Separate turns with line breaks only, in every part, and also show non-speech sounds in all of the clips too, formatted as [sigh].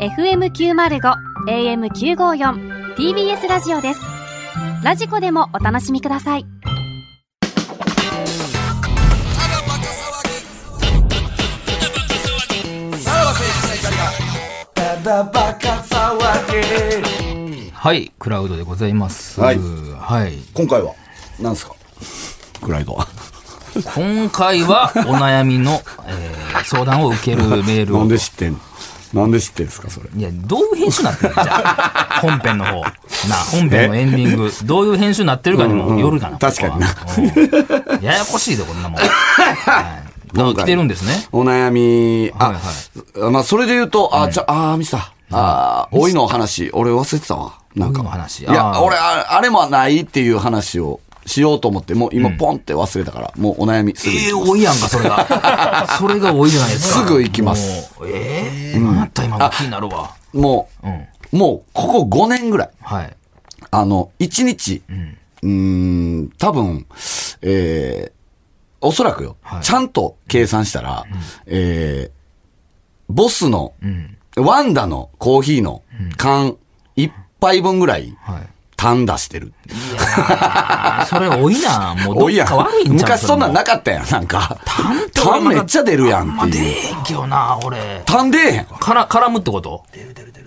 FM905 AM954 TBS ラジオですラジコでもお楽しみください
はい、クラウドでございます。
はい
はい。
今回は何ですかクライドは
今回
[laughs]
はお悩みの、えー相談を受けるメール
な
を
ん。で知ってんなんで知ってんですかそれ
いや、どういう編集になってるのじゃあ、本編の方。なあ、本編のエンディング、どういう編集になってるかにもよるかな。
確かにな
ここは。うんややこしいで、こん
[laughs]
なもん。はいどう来てるんですね。
お悩み、
はい
あ、
は
まあ、それで言うと、あ、ちゃ、あー、ミスター。あー、老いの話、俺忘れてたわ。なん
老
か。
いの話
い
あ
や、
ー
俺、ああれもないっていう話をしようと思って、もう今、ポンって忘れたから、もうお悩みすぐ
ええ
に。
多いやんか、それ
[laughs]
が。それが多いじゃないですか。
すぐ行きます
もう。ええー、また今も気になるわ。
もう、
うん。
もう、ここ5年ぐらい。
はい。
あの、1日、うーん、多分、えー、おそらくよ、
はい
ちゃんと計算したら、えー、ボスの、ワンダのコーヒーの缶1杯分ぐらい、
はい。
単出してる。
あそれ多いな。もうど
おい
っ
や
か悪いんちゃう
昔そんなん
れも
なかったやん、なんか。単
とか
めっちゃ出るやん
ま
っ
あ、出
ていう。
えんけどな、俺。
単出えへん。
から、絡むってこと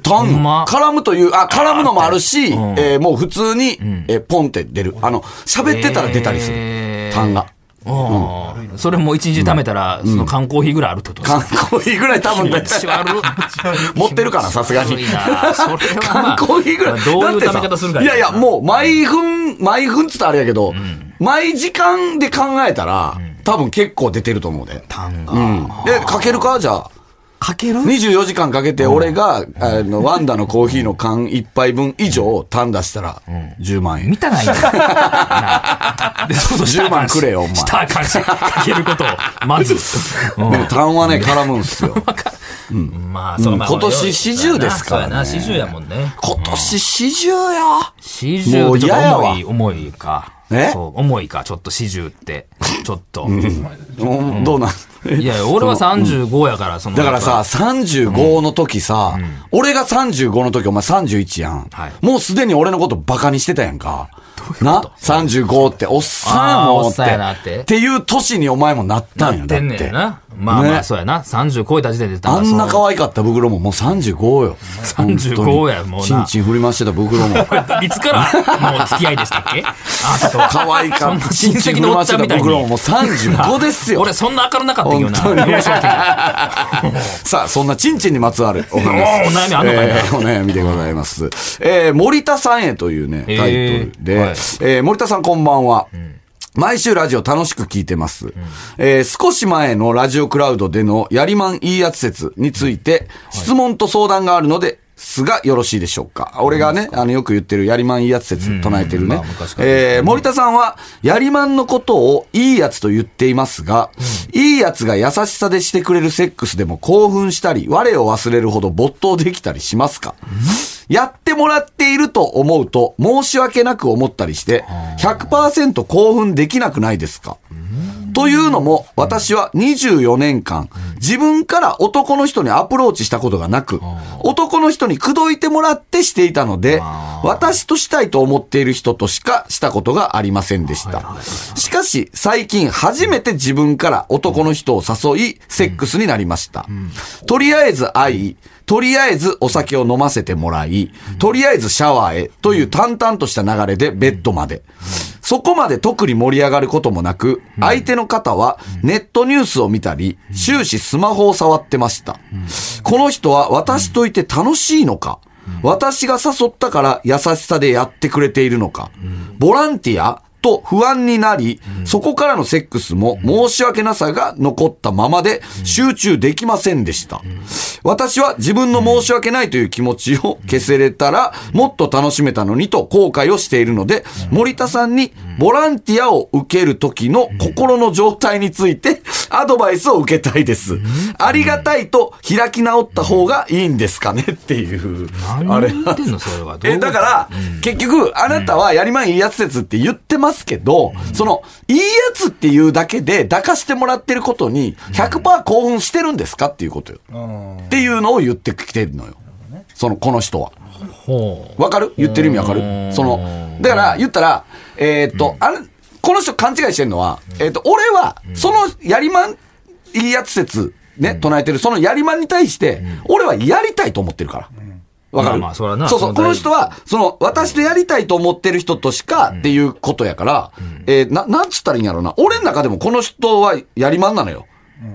単、
ほんま
絡むという、あ、絡むのもあるし、
ん
えーもう普通に、えーポンって出る。あの、喋ってたら出たりす
えー
る。単が。
うん。それもう一日貯めたら、その缶コーヒーぐらいあるってことです
缶コーヒーぐらい多分
気
出
持
て
ち悪い。
[laughs] 持ってるかな、さすがに
気持。ち悪いなそれは、まあ、
缶コーヒーぐらい。
どういう
だって
貯
さ
め方するか
いやいや、
う。
もう毎分、毎分っつったらあれやけど、毎時間で考えたら、多分結構出てると思うで。
単が。
うん。で、かけるかじゃあ。
かける
24時間かけて俺が、あの、ワンダのコーヒーの缶1杯分以上を単出したら、10万円
見。た
[laughs]
ないねんなあで、そうそう、したらあかんし
10万くれよお前
したらあかんし、かけることを、ま
[laughs]
ず。うん
でも単はね、絡む
[laughs]
んすよ。
まあ、そのまあ
今年40ですか
そう
らね
やな、四十やもんね。
今年40よ
四十
もう
ちょ
嫌
っ
や
と
わ
重い、重いか。
え
そう、重いか、ちょっと四十って。ちょっと。
もうどうなん
いやいや、俺は35やから、その。
だから
や
さ、
っ
35の時さ、俺が35の時、お前31やん
はい。
もうすでに俺のことバカにしてたやんか。な ?35 って、おっさんや
あー
も
お
ん
っ
っ。
さんやなってて
っていう年にお前もなった
ぱ、
ん
な
よ、
っ
だ
て
っ
んね
て
ん。な。まあま
ね
あ、そうやな。30超えた時点で
あんな可
わ
愛かった袋ももう35よ。
35
本当に
やもうな
チンチン振り回して
[laughs]
た袋も。
い。いつから、もう付き合いでしたっけあ、そう。
可愛かった。
そんな親戚のおっちゃんみたいに
チンチン振り回してた袋ももう35ですよ。
[laughs] 俺、そんな明るなかったけどな。
本当に
幼少期
さあ、そんなチンチンにまつわるお話。
おーお悩みあんのかいな
えーお悩みでございます。えー森田さんへというね、タイ
え
トルで、
ーはい
えー森田さんこんばんは。毎週ラジオ楽しく聞いてます、えー少し前のラジオクラウドでのやりまんいいやつ説について、質問と相談があるのですが、よろしいでしょうか。俺がね、あの、よく言ってるやりまんいいやつ説唱えてるね
まあ昔。から
えー森田さんは、やりまんのことをいいやつと言っていますが、いいやつが優しさでしてくれるセックスでも興奮したり、我を忘れるほど没頭できたりしますか、やってもらっていると思うと、申し訳なく思ったりして、100%興奮できなくないですか、というのも、私は24年間、自分から男の人にアプローチしたことがなく、男の人に口説いてもらってしていたので、私としたいと思っている人としかしたことがありませんでした。しかし、最近初めて自分から男の人を誘い、セックスになりました。とりあえず会い、とりあえずお酒を飲ませてもらい、とりあえずシャワーへという淡々とした流れでベッドまで。そこまで特に盛り上がることもなく、相手の方はネットニュースを見たり、終始スマホを触ってました。この人は私といて楽しいのか私が誘ったから優しさでやってくれているのかボランティアと不安になり、そこからのセックスも申し訳なさが残ったままで集中できませんでした。私は自分の申し訳ないという気持ちを消せれたらもっと楽しめたのにと後悔をしているので、森田さんにボランティアを受ける時の心の状態についてアドバイスを受けたいです。ありがたいと開き直った方がいいんですかねっていう。あれ
何言ってんの、それは。どうい
え、
うこと
だから、結局、あなたはやりまんいいやつ説って言ってますけど、その、いいやつっていうだけで抱かしてもらってることに100、興奮してるんですかっていうことよ。っていうのを言ってきてるのよ。その、この人は。
ほ
わかる言ってる意味わかるその、だから、言ったら、えーっと、あれ、この人勘違いしてるのは、えーっと、俺は、そのやりまん、いいやつ説、ね、唱えてる、そのやりまんに対して、俺はやりたいと思ってるから。わかる
まあまあそらな
そうそう。
そ
こ
の
の
大
人は、その、私とやりたいと思ってる人としか、っていうことやから、えーな、なんつったらいいんやろうな。俺の中でもこの人はやりまんなのよ。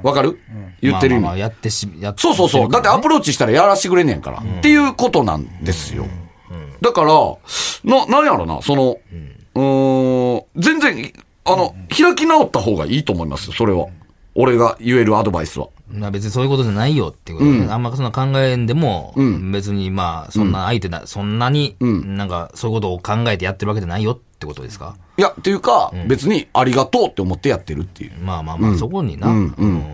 わかる
う。
言ってる意
まあまあまあ
味。
やってし、やっ
そうそうそう。だってアプ
ロ
ローチしたらやらしてくれんねんから。っていうことなんですよ。だから、な、なんやろな、その、うーん、全然、あの、開き直った方がいいと思いますよ、それは。俺が言えるアドバイスは。
まあ別にそういうことじゃないよっていうことね、あんまそんな考えんでも、
ん
別にまあ、そんな相手だ、そんなに、なんかそういうことを考えてやってるわけじゃないよってことですか
いや、っていうか、別にありがとうって思ってやってるっていう。
まあまあまあ、そこにな、
うんうん
うん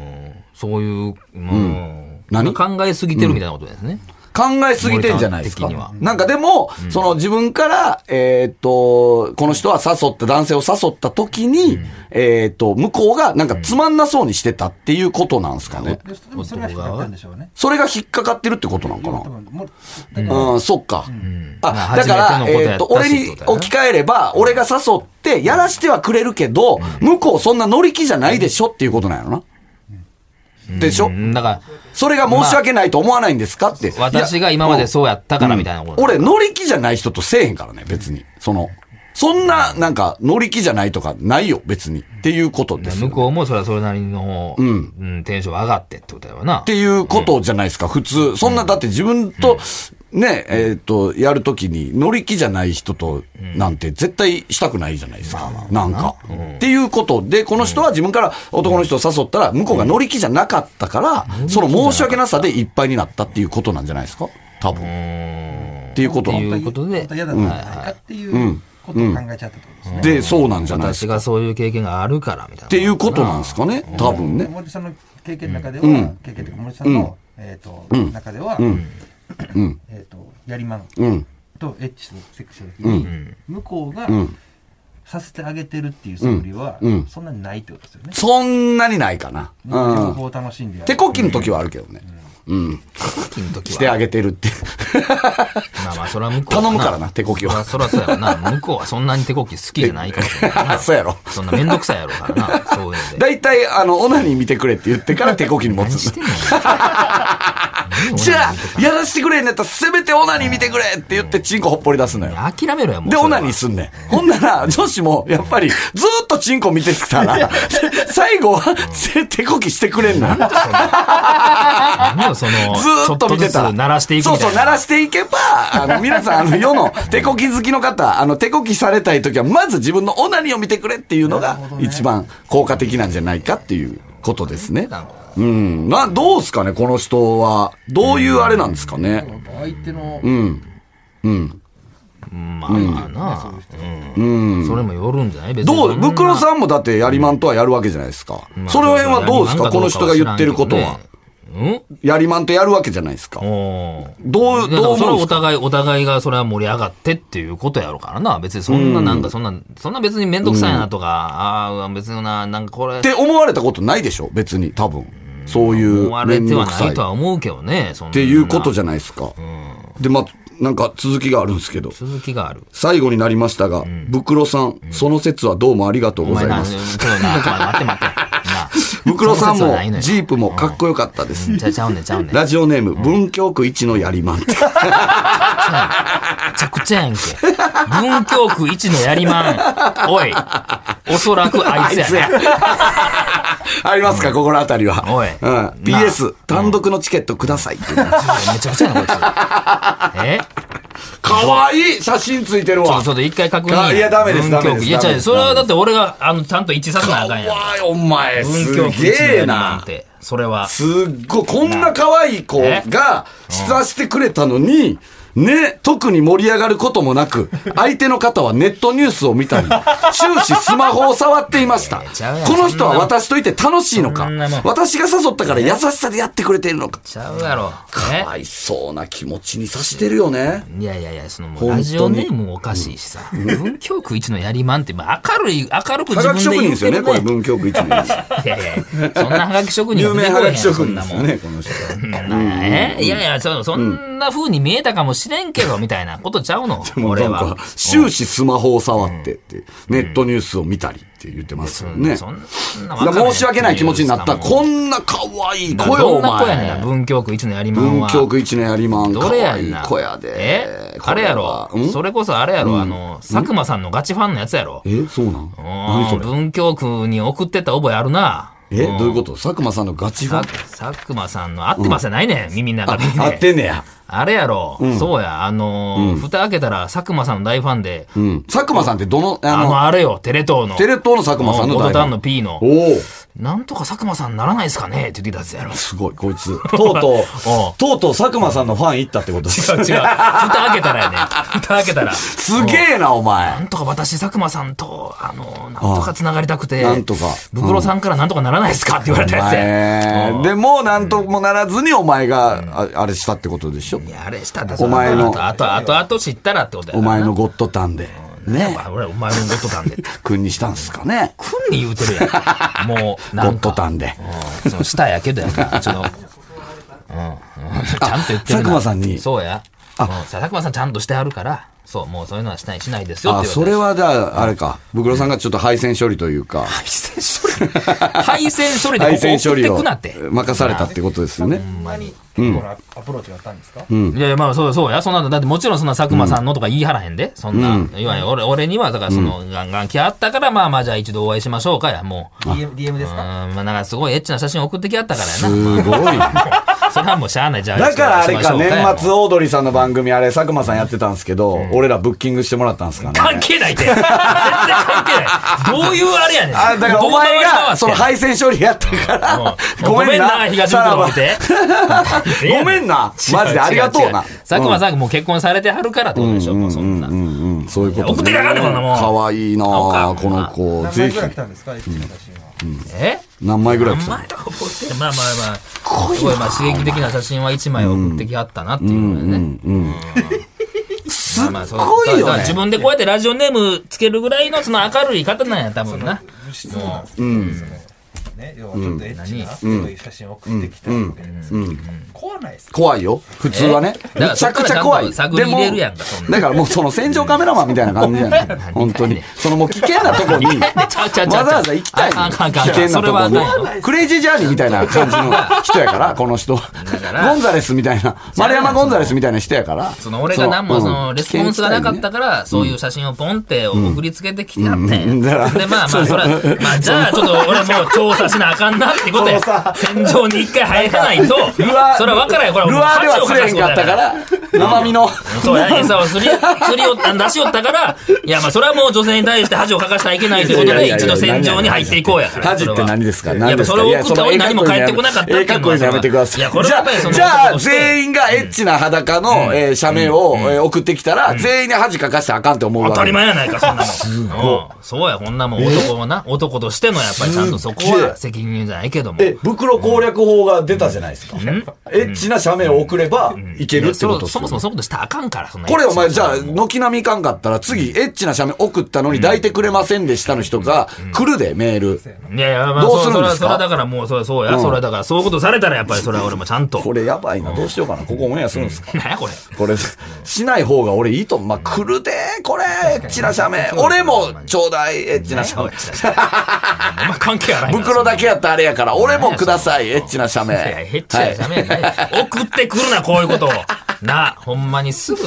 そういう、うん
何
考えすぎてるみたいなことですね。
考えすぎてんじゃないです
森田的
か
に。は
なんかでも、その自分から、えーっと、この人は誘った、男性を誘った時に、えーっと、向こうがなんかつまんなそうにしてたっていうことなんですかね。
でもそれが引っかかったんでしょうね。
それが引っかかってるってことなんかな
多。分もう
うん、そっか。
ま
あ、
あ
だ
初
から、
めてのことや
え
っ
ったと、
し
俺
って
に
ことやな
置き換えれば、俺が誘って、やらしてはくれるけど、向こうそんな乗り気じゃないでしょっていうことなんやろな。でしょ
うんだから、
それが申し訳ないと思わないんですかって。
私が今まで
う
そうやったからみたいなこと。
俺、乗り気じゃない人とせえへんからね、別に。その、そんな、なんか、乗り気じゃないとか、ないよ、別に。っていうことですよ。
向
っ
こうもそれはそれなりの、うん、テンション上がってってことだよな。
ていうことじゃないですか、普通。そんな、だって自分と、ね、えっと、やるときに、乗り気じゃない人と、なんて、絶対したくないじゃないですか。なんか。っていうことで、この人は自分から男の人を誘ったら、向こうが乗り気じゃなかったから、その申し訳なさでいっぱいになったっていうことなんじゃないですか多分。っていうこと
っ
な
て
ん
い
だ
うことで
本当は嫌だったんじゃないかっていうことを考えちゃったってことですね。
で、そうなんじゃないです
私
か。
がそういう経験があるからみたいな。
っていうことなんですかね、多分ね。
森田さんの経験の中では、経験というか森田さんの、えっと、中では、えっと、やりまん
うん。
とエッチとセックスした時に、向こうがさせてあげてるっていう素振りは
うんうん、
そんなにないってことですよね。
そんなにないかな。
自分
うん。
を楽しんでやる。
手こきの時はあるけどね。うん。
時の時は
してあげてるって。
まあまあ、それは向こう
頼むからな手こきは
そらそらそうやわな。向こうはそんなに手こき好きじゃないからしれんからな。
そうやろ。
そんなめんどくさいやろうからな。そういうので。
大体、あの、オナニー見てくれって言ってから手こきに持
何
つ
し。てんの
じゃあ、やらしてくれんのやったら、せめてオナニー見てくれって言って、チンコほっぽり出すのよ。
何諦めろや、もう。
で、
そ
オ
れは
ナニーすんねん。ほんなら、女子も、やっぱり、ずーっとチンコ見て
[laughs]
たら、最後は、手こきしてくれんのよ。
何をその、
ずーっと見て
ちょっと
た。
ずつ鳴らしていくみたいな。
そうそう、鳴らしていけば、あ
[laughs]
の、皆さん、あの、世の手こき好きの方、あの、手こきされたい時は、まず自分のオナニーを見てくれっていうのが、一番効果的なんじゃないかっていうことですね。うん。な、どうすかね、この人は。どういうあれなんですかね。
相手の
まあまあな、うんそれもよるんじゃない別に
どう、
そんな
ブクロさんもだってやりまんとはやるわけじゃないですか。それ辺はどうですか、この人が言ってること
う
は。。
ん
やりまんとやるわけじゃないですか。
おー
どう
いやだから
どう思うんす
そ
か
れはお互い、お互いがそれは盛り上がってっていうことやろうからな。別にそんななんか、そんな、そんな別にめんどくさいなとか、ああ、別にな、なんかこれ
っ、て思われたことないでしょ、別に、多分。そういう
思わ
め
れ
ん
て
ど
は
くさ
ないいと。は思うけどね、そんな。
っていうことじゃないですか。で、まあ、なんか続きがあるんですけど。
続きがある。
最後になりましたが、ブクロさん、その説はどうもありがとう
お
ござ
前
い
な、
ま
ちょ。っ
す
とな、ちょっと待って待って。な
ブクロさん
その説は
も
ないの、よ
ジープもかっこよかったです。
ちゃちゃうねんちゃうねん。め
[laughs] ラジオネーム、文京区一のやりまん。
ちゃくちゃやんけ。文京区一のやりまん。おい。おそらくあいつやな。
[laughs] ありますか、心当たりは。
おい
うん、
なあ
PS、単独のチケットくださいっていう。
めちゃくちゃやな、こいつ。え
かわいい写真ついてる
ちょっ
わ
と、。ちょっと一回確認
あ
や。
いやダメです
文京
ダメで
区
す
いや、
ダメ
違
で
う、
す
それはだって俺が、あの、ちゃんと一致させなあかんやん。
わい、お前、す
文京区一の
げ
や
え
りまん
な
っ。て。それは。
すっごい、こんな可愛い子
え
が、出さしてくれたのに、ね、特に盛り上がることも
[laughs]
なく、相手の方はネットニュースを見たり、終始スマホを触っていました。こ
ちゃうやん
の人は私といて楽しいのか
そんなもん、
私が誘ったから優しさでやってくれているのか。
ちゃうやろ。
かわいそうな気持ちにさしてるよね。
えいやいやいや、そのも
本
う
当
ラ
に
ジオネームもおかしいしさ。文京区一のやりまんって、まあ明るい、明るく
科
自
学
分で言
職人で
っ
す
て
よね、
る
これ、
ね。
文京区一人
いやいや、そんなハガキ職人
有
は出
名
てこへん
はが
やん
き職
そん
人
な
です
も
よ
ん。
ね、この人。
えいやいや、そのそんんな風に見えたかもしれんけど、みたいなことちゃ
[laughs]
うの
もう
俺
なん
は
か。、終始スマホを触ってって、ネットニュースを見たりって言ってますよね。
そんな
だから申し訳ない気持ちになった。こんな可愛い子よ、
ど
お
んな子やねん
前
な。文京区一のやりまん
文
は。
京区一年やりまん。
ど
可
れや
愛
ん
い
な。
子や
え
で。
あれやろ
これはん。
それこそあれやろ。あの、佐久間さんのガチファンのやつやろ。
え、そうなん何
う
そ
ん
れ
文京区に送ってた覚えあるな。
え、どういうこと佐久間さんのガチファ
さ
ン
佐久間さんの、合ってますやないねん、耳の中で、ね。
あってんねや。
あれやろ、そうや、あのー蓋開けたら佐久間さんの大ファンで、
うん。佐久間さんってどの、
あ
あ
の、
の、
あれよ、テレ東の。
テレ東の佐久間さんの
元
大
旦
ファ
の
ン
P の
お、お
なんとか佐久間さんならないですかねって言ってたやつやろ。
すごい、こいつ。とうとう
[laughs] おう、
とうとう佐久間さんのファン行ったってことす
違う違う。蓋開けたらや
[laughs]
ね。蓋開けたら。
げえな、お
な
前。
んとか私、佐久間さんと、あのー、なんとか繋がりたくて、
なんとか
ブクロさんからなんとかならないですかって言われたやつや。
え
う
ー
ん
でも、なんともならずにお前が、ああれしたってことでしょ
いや、あれしたんだ
お前の
あと、あと、あと知ったらってことや
お
な。
前のゴッドタンで。ね。
俺、お前のことなんで。
君にしたんすかね
くんに言うてるやん。もう、
ゴ
な
ッ
ん
ド
か。
タンで。
うんその下やけどやな、ちょっと。うん [laughs] うん、ちゃんと言ってるな
佐久間さんに
そうや。うん佐久間さんちゃんとしてあるから、そう、もうそういうのはしない、しないですよっ
あ、
て
そ
言
れ
わ
はじゃあ、あれか。ブクロさんがちょっと配線処理というか、
れた。 [laughs] 配線処理。
配
配線
線
処
処
理
理
でここ送ってく
を
なって。
任されたってことですよね。
ほんまに、このアプローチがあったんですか、
いやいや、まあ、そうそうや。そんなの、だってもちろんそんな佐久間さんのとか言い張らへんで。そんな、いわゆる俺、俺には、だからその、ガンガン来あったから、まあまあ、じゃあ一度お会いしましょうかや、もう。
DM, DM です
うん、
か
まあなんかすごいエッチな写真送ってきあったからやな。
すごい。
[laughs] それはもうしゃあない、じゃあ。
だからあれか、年末
を。
オードリーさんの番組、あれ、佐久間さんやってたんですけど、俺らブッキングしてもらったんですかね。
関係ないって。全然関係ない。どういうあれやねん。
あ、だからお前が、その
い。
配線処理やったから
う、んごめんな、東袋見て。
[laughs] ごめ
[laughs]
んな、マジでありがとうな。
佐久間さんがもう結婚されてはるからってことでしょ、もうそんな。
うんうん、そういうこと、ね。
送ってかかんねこんなもん
かわいいな
青
あ
か
この子。
何
ぜ
枚ぐ
ひ
ら。い来たんですか、エッチな写真は。
え
何枚ぐらい
あ
来
ん
た
まりと思って、まあまあまあ、すごいまあ刺激的な写真は一枚送ってきはったなっていうのでね。
す
まあ
っ
まあそう
ごい
だか
よ
ら
ね。
自分でこうやってラジオネームつけるぐらいのその明るい方なんや、多分な。
質問なんですけど、そのね、要はちょっとエッチな、そういう写真を送ってきたわけですけど、怖ないですか
怖いよ。普通はね。
え
めちゃくちゃ怖い。
だからそっからちゃんと探り入れるやんかそんなん
だからもうその戦場カメラマンみたいな感じじゃない本当に。そのもう危険なとこに、
[laughs] ちゃうちゃうちゃうちゃう
わざわざ行きたいの。
あかんあかんあかん
危険なと
それはあかんよ
こに。クレイジージャーニーみたいな感じの人やから、この人。ゴ
から
ンザレスみたいな、丸山ゴンザレスみたいな人やから。
その俺が何もそのレスポンスがなかったか
か
ら、そういう写真をポンって送りつけてきてあって。
うんうん
で、
だか
まあ
ら
ま
[laughs]
あ、それは、まあじゃあちょっと俺もう調査しなあかんなってことや
そのさ。
戦場に一回入らないと、それ
アー
は分からへん。これはもう
ルアーでは釣れへ
恥
ん
をかかすこ
かっ
と
た
や
から、生身の。
そうや、餌を釣り、釣りを出しよったから、いや、まあ、それはもう女性に対して恥をかかしてはいけないということ
いやい
で、
やいや
一度戦場に入っていこうやから。
恥って何ですか
それは
何
やっぱ
です
そ
か
れを送った俺何も返ってこなかったってい
ええ
うの
か
は
っこいいのやめてください。
いや、これ
じ
はや
ゃ
っぱりそ
あ、
の、
じゃあ
男として
全員がエッチな裸の、えー写メを、えー送ってきたら、全員に恥かかしてあかんって思うわ
当
け。
たり前やないか、そんなもん。うんそうや、こんなもん男はな、男としてのやっぱりちゃんとそこ
すっげえ
は責任じゃないけども。
え、袋攻略法が出たじゃないですか。エッチな写メを送ればいけるってこと
いやそ
で
う
す
そ
よ
もそもそういうことしたらあかんから、そんな
これお前、じゃあ、軒並みいかんかったら、次、エッチな写メ送ったのに抱いてくれませんでしたの人が、来るで、メール。
いやいや、まあ、
どうす
そ
るんで
そ
すか
れはそれはだからもう、それはそうや、それはだから、そういうことされたらやっぱりそれは俺もちゃんと。 [laughs]
これやばいな、どうしようかな。ここオンエアするんですか
なんやこれ。
これ、しない方が俺いいと思う。まあ、来るで、これ、エッチな写メ。俺も、ちょうだい、エッチな写メ。
お前関係あらへんから
[laughs] 袋だけやったらあれやから、俺もください、エッチな写メ。
いや、ヘッチやダメやね、送ってくるな、こういうことを。な、ほんまにすぐ。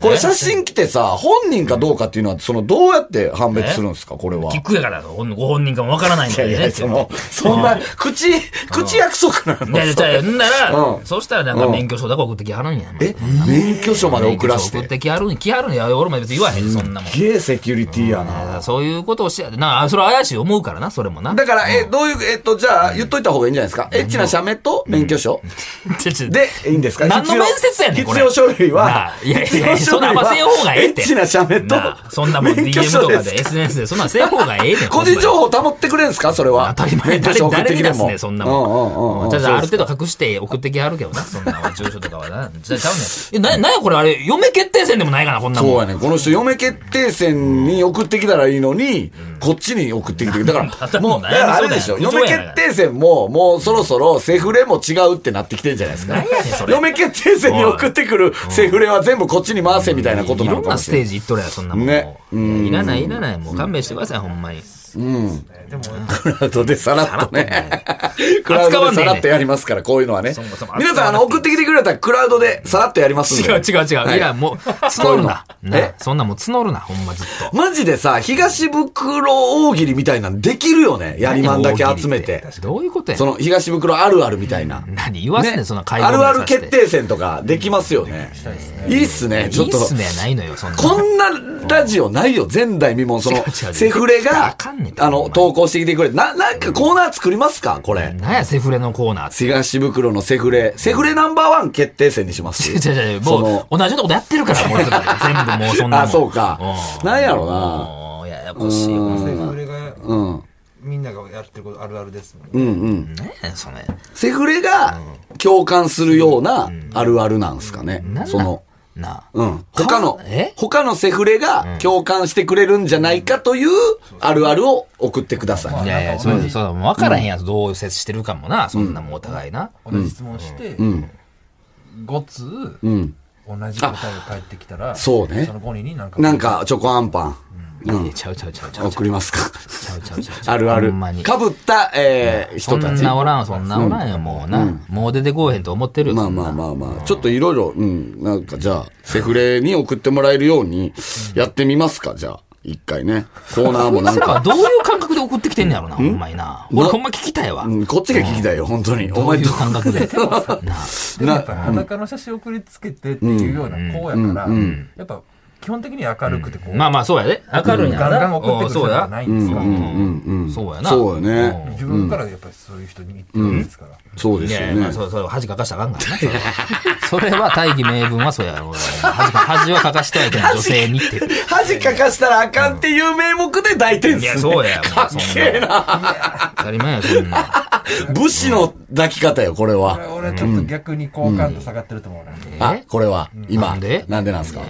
これ写真来てさ、本人かどうかっていうのは、その、どうやって判別するんですか、これは。
聞くやから、ご本人かもわからないんだよね。
その、そんな、口、口約束なの
いやいや、んな
う
ら、
ん
そしたらなんか免許証だけ送ってきはるんや。
え、免許証まで送らし。
免許証送っててきはるん、きはるんや。俺も別に言わへん、そんなもん。
ゲーセキュリティやな。
そういうことをしやで、な、あそれ怪しい思うからな、それもな。
だから、え、どういう、えっと、じゃあ、言っといた方がいいんじゃないですか。エッチな写メと免許証。
ちょちょ
で、いいんですか
何の
必要
面接やねんこれ
必要書類は
なあ、いやいやいや
必要
そんなあんません方がええって
エッチな写メと
なあ、そんなもん
免許
DM
証
とか
です
で SNS で、そんなんせん方がええねん。
[laughs] 個人情報保ってくれるんですかそれは。
当たり前
免許
誰
証送って
誰に
きて
出
も
すねんそんな
うんうんうんう
も
ん
ん。じゃあじゃあある程度隠して送ってきはるけどな、そ
[laughs]
んなもん住所とかはな。じゃあちゃうねん。え、な、なんやこれあれ、嫁決定戦でもないかな、こんな
そう
も
や
ん。
ねんこの人、嫁決定戦に送ってきたらいいのに、こっちに送ってきてくれるだから、もう、
[laughs] 頭悩みそう
だ
だよ
からあれでしょ。
不条
嫁
理やな
決定戦も、もうそろそろセフレも違うってなってきてんじゃないですか
何やねんそ。れ
嫁決定戦に送ってくるセフレは全部こっちに回せみたいなこと
い
な
ろん
のかも
な
し
ス
れ
テ
な
ー
い。
ジ行っとるやん、そんなもん。
ね
いらない、いらない。もう勘弁してください、ほんまに。
クラウドでさらっとね。 [laughs] クラウ
扱
ド
わ
で
ね
さ
え
ら
ね
っとやりますから、こういうのはね
そうそう。
皆さん、あの、送ってきてくれたらクラウドでさらっとやりますんで。
違う違う違う。
はい
いや、もう、募るな。
こういうの
な
え
そんなもん募るな、ほんまずっと。
マジでさ、東袋大喜利みたいなのできるよね。やりまんだけ集めて。
どういうことや
その東袋あるあるみたいな。
何言わすねん、そんな会合
あ
に
るある
させて
決。定戦とかできますよね。いいっすね、ちょっ
いいっ
と
す。ねやないのよ、そんな。
こんなラジオないよ、前代未聞。そ
違
の
う違う違、う
セフレが
あかんねん、て
あ
ほん
の、
まに
投稿してきてくれ。な、なんかコーナー作りますかこれ。
なんや、セフレのコーナーって。 [laughs]
東袋のセフレ。セフレナンバーワン決定戦に
[laughs]
します
違う違う違う、
そ
も
の
う、同じようなことやってるから、もう、全
[laughs]
部もうそんなもん。
あそうか
ん
なんやろな
もうややこしい。
そ
ね
れそれが、
うん。
みんながやってることあるあるですもんね。
うんうん。
え、それ。
セフレが共感するようなあるあるなんすかね
なん。なん
その、
なあ。
うん。他の
え、
他のセフレが共感してくれるんじゃないかというあるあるを送ってください。
いやいや、そうそうそう、分からへんやつ、どう接してるかもな、そんなもんお互いな。
同じ質問して、5通、
うん。
同じ答えが返ってきたら、
そうね
その5人になんか、
なんか、チョコアンパン。
いやちゃうちゃうちゃうちゃうちゃ
送
う
りま
[laughs]
すか。
ちゃうちゃうちゃうちゃう。
あるある。
ほんまに。
かぶった、えー、
そ
人
ん
たち。
なおらん、そんなおらんよ、もうな。もう出てこうへんと思ってるよ。
まあまあまあまあ、ちょっといろいろ、うん、なんかじゃあ、セフレに送ってもらえるようにやってみますか、じゃあ、一回ね。コーナーも
こい
なん
つらは [laughs]
か。
どういう感覚で送ってきてんねやろな、ほんまにな。俺
な
ほんま聞きたいわ
う。ん、こっちが聞きたいよ、本当に。お
どう
前
い
ど
う感覚で。なあ
でもやっぱ裸の写真送りつけてっていうような子やから、やっぱ基本的に明るくてこう、
[laughs] まあまあ、そうやで。明るいんやな
ガンガン送ってくる人じゃないんですか、
うんそうやな。
そうよね
自分からやっぱりそういう人に言ってるんですから、
そうで
い
すよ
やいや、ま
ね
あ、。そう、そう、恥かかしたらあかんからな。それはそれは大義名分はそうやろ。恥か、恥はかかしてはいけない女性に
[laughs]
っていう。
恥かかしたらあかんっていう名目で大転
いや、そうや。もうそんな。当たり前や、そんな。
武士の抱き方よ、これ
これ
は。
俺はちょっと逆に好感度下がってると思うな、
あ、これは、今。
なんで
なんでなんですか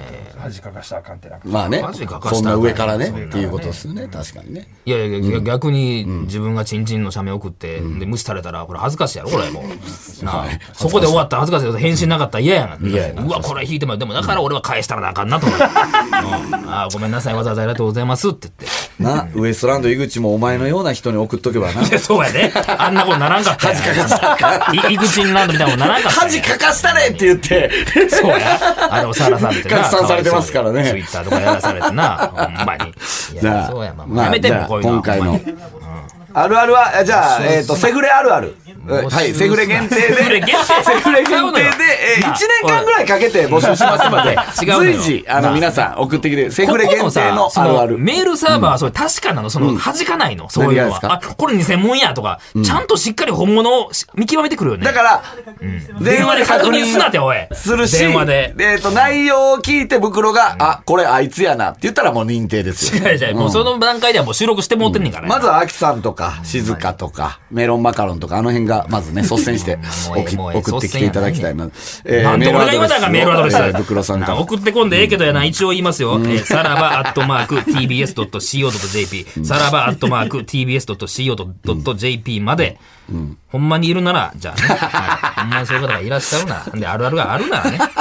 恥かかしたらあかんってなんか、
まあね
恥か、かした
そんな上からね、
そんな
っていうことですよね、確かにね。
いやいやいや、逆に自分がチンチンの写メ送って、で、無視されたら、これ恥ずかしいやろ、これ
[laughs]
もう。なあそこで終わったら恥ずかしいやろ返信なかったら嫌やなって。
嫌やな
うわ、これ引いてもらうでも、だから俺は返したらなあかんなと
[laughs]
思って。うんあーごめんなさい、わざわざありがとうございますって言って。
な、ウエストランド井口もお前のような人に送っとけばな。
いや、そうやね。あんなことならんかったやん。恥かかイグチンランドみたいなことならんかったやん。
恥かかしたれって言って、
そうや。あれ、おさらされてな。
拡散されてますからね
ツイッターとかやらされてな。ほんまに。
[laughs]
い
じゃ
や、
あ、
そうや、ま
ま
あ、
あ
やめて
じゃ
も
あ
こういうの。
今回
ほん
の
まに。
あるあるは、えじゃあ、えっと、セフレあるある。えはい、セフレ限定で、セ
セフレ限定
フレ限定で、え
な
1
あ
年間ぐらいかけて募集します
[laughs]
ので
違うの、よ
随時、あ
な
の、
あ
皆さん送ってきて、セ
こ
フレ
こ
限
の
定
さ
の、
そ
あるあ
の
る。
メールサーバーはそれ確かなのその、弾かないのそういうの
何が
は。あ、これ偽物やとか、ちゃんとしっかり本物を見極めてくるよね。
だから、
電話で確認すなって、おい。
するし、
電話で。
えっと、内容を聞いて袋が、あ、これあいつやなって言ったらもう認定です
違
よ。
う違う、もうその段階ではもう収録してもうてんねんから。
まずは、アキさんとか、静香とか、メロンマカロンとか、あの辺が、まずね、率先して
もうええ
送き
もうええ
送ってきていただきたいな。え
なんで俺が言わなあかんメールアドレス。
えー袋さん
な
か
あ
ら。
送ってこんでええけどやな、一応言いますよ。えーさらばアットマーク tbs.co.jp。さらばアットマーク tbs.co.jp まで。ほんまにいるなら、じゃあね。はいほんまにそういう方がいらっしゃるなら。で、あるあるがあるならね。はいはい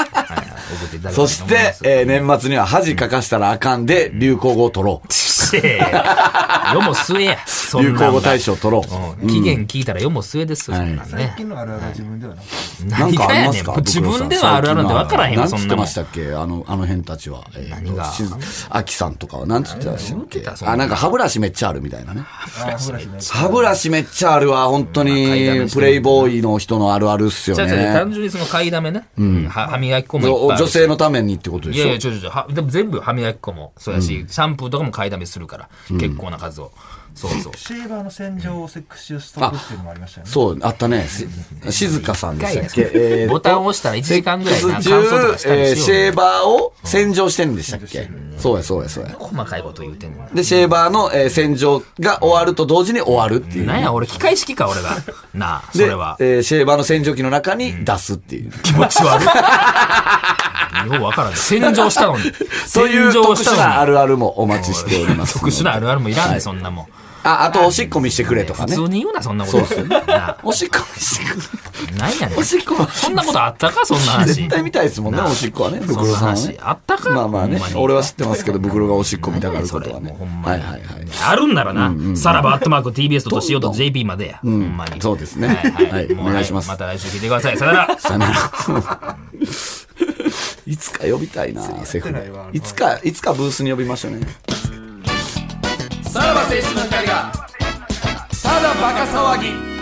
送っていただきたいと思い
そ
ます
して、えー年末には恥かかしたらあかんで、流行語を取ろ
して [laughs] 世も末や。
う。
そんな
流
ん
行語大賞取ろう。
うん期限聞いたら世も末ですよ、そ
はい
んなんね
最。近のあるあるは自分ではなくて、
なん
何
か
が
あり
や
ま
ね
す
ん。
か
もう自分で
袋さ
はあるあるって分からへんわ、そ
なんつ
ん
って
なも
ま
ん
し。たっけあの、あの辺たちは。えー
何が
しアキさんとかはなんつってましたっけ
たそんな
あ、なんか歯ブラシめっちゃあるみたいなね。
ああ、ほらしね。
歯ブラシめっちゃあるわ、本当に。プレイボーイの人のあるあるっすよ
じゃあじゃあ単
ね。
純にその買いだめね。は歯磨き粉もいっぱいあ
女
るし
性のためにってことで
い
し
や
ょ
いや、ちょちょちょは、でも全部歯磨き粉もそうやし、シャンプーとかも買いだめするから、結構な数を。そうそう。
シェーバーの洗浄をセックス中ストップっていうのもありましたよね。
そう、あったね。し静香さんでしたっけ、えーと
ボタンを押したら1時間ぐらいな、感
中
想とかし、たりし
えー
よう
シェーバーを洗浄してるんでしたっけ、そうや、そうや、そうや。
細かいこと言うてんねんな。
で、シェーバーの、えー洗浄が終わると同時に終わるっていう。
なんや、俺、機械式か、俺が。なあ、そ
で、え
れは。
ーシェーバーの洗浄機の中に出すっていう。
気持ち悪 [laughs] い。ようわからん。洗浄したのに。
[laughs] そういう
洗浄
特
し
殊
た
な
の
あ
に。
るあるもお待ちしております。
[laughs] 特殊なあるあるもいらんねん、そんなもん。
あ、あとおしっこ見してくれとか
普
ね
通。に言うな、そんなこと。なあ、
おしっこ見してくれ。
ないやねん。
おしっこは
そんなことあったか、そんな話。
絶対見たいですもんね、
なあ
おしっこはね、ブ
そ
ク
ん
ロ
な
さんはね
話。。あったか
まあまあね
ほん、に
俺は知ってますけど、ブクロがおしっこ見たがることはね
もうほん。ま
は
に
いはいはい。
あるんならな、さらばアットマーク TBS.CO.JP までや。ほんまに。
そうですね
はいは。
はいい
もう
お願いします
はまた来週聞いてください。さよなら。
さよなら [laughs] いつか呼びたいな、セフレいつか、いつかブースに呼びましょうね。
さらば青春の光が、ただバカ騒ぎ。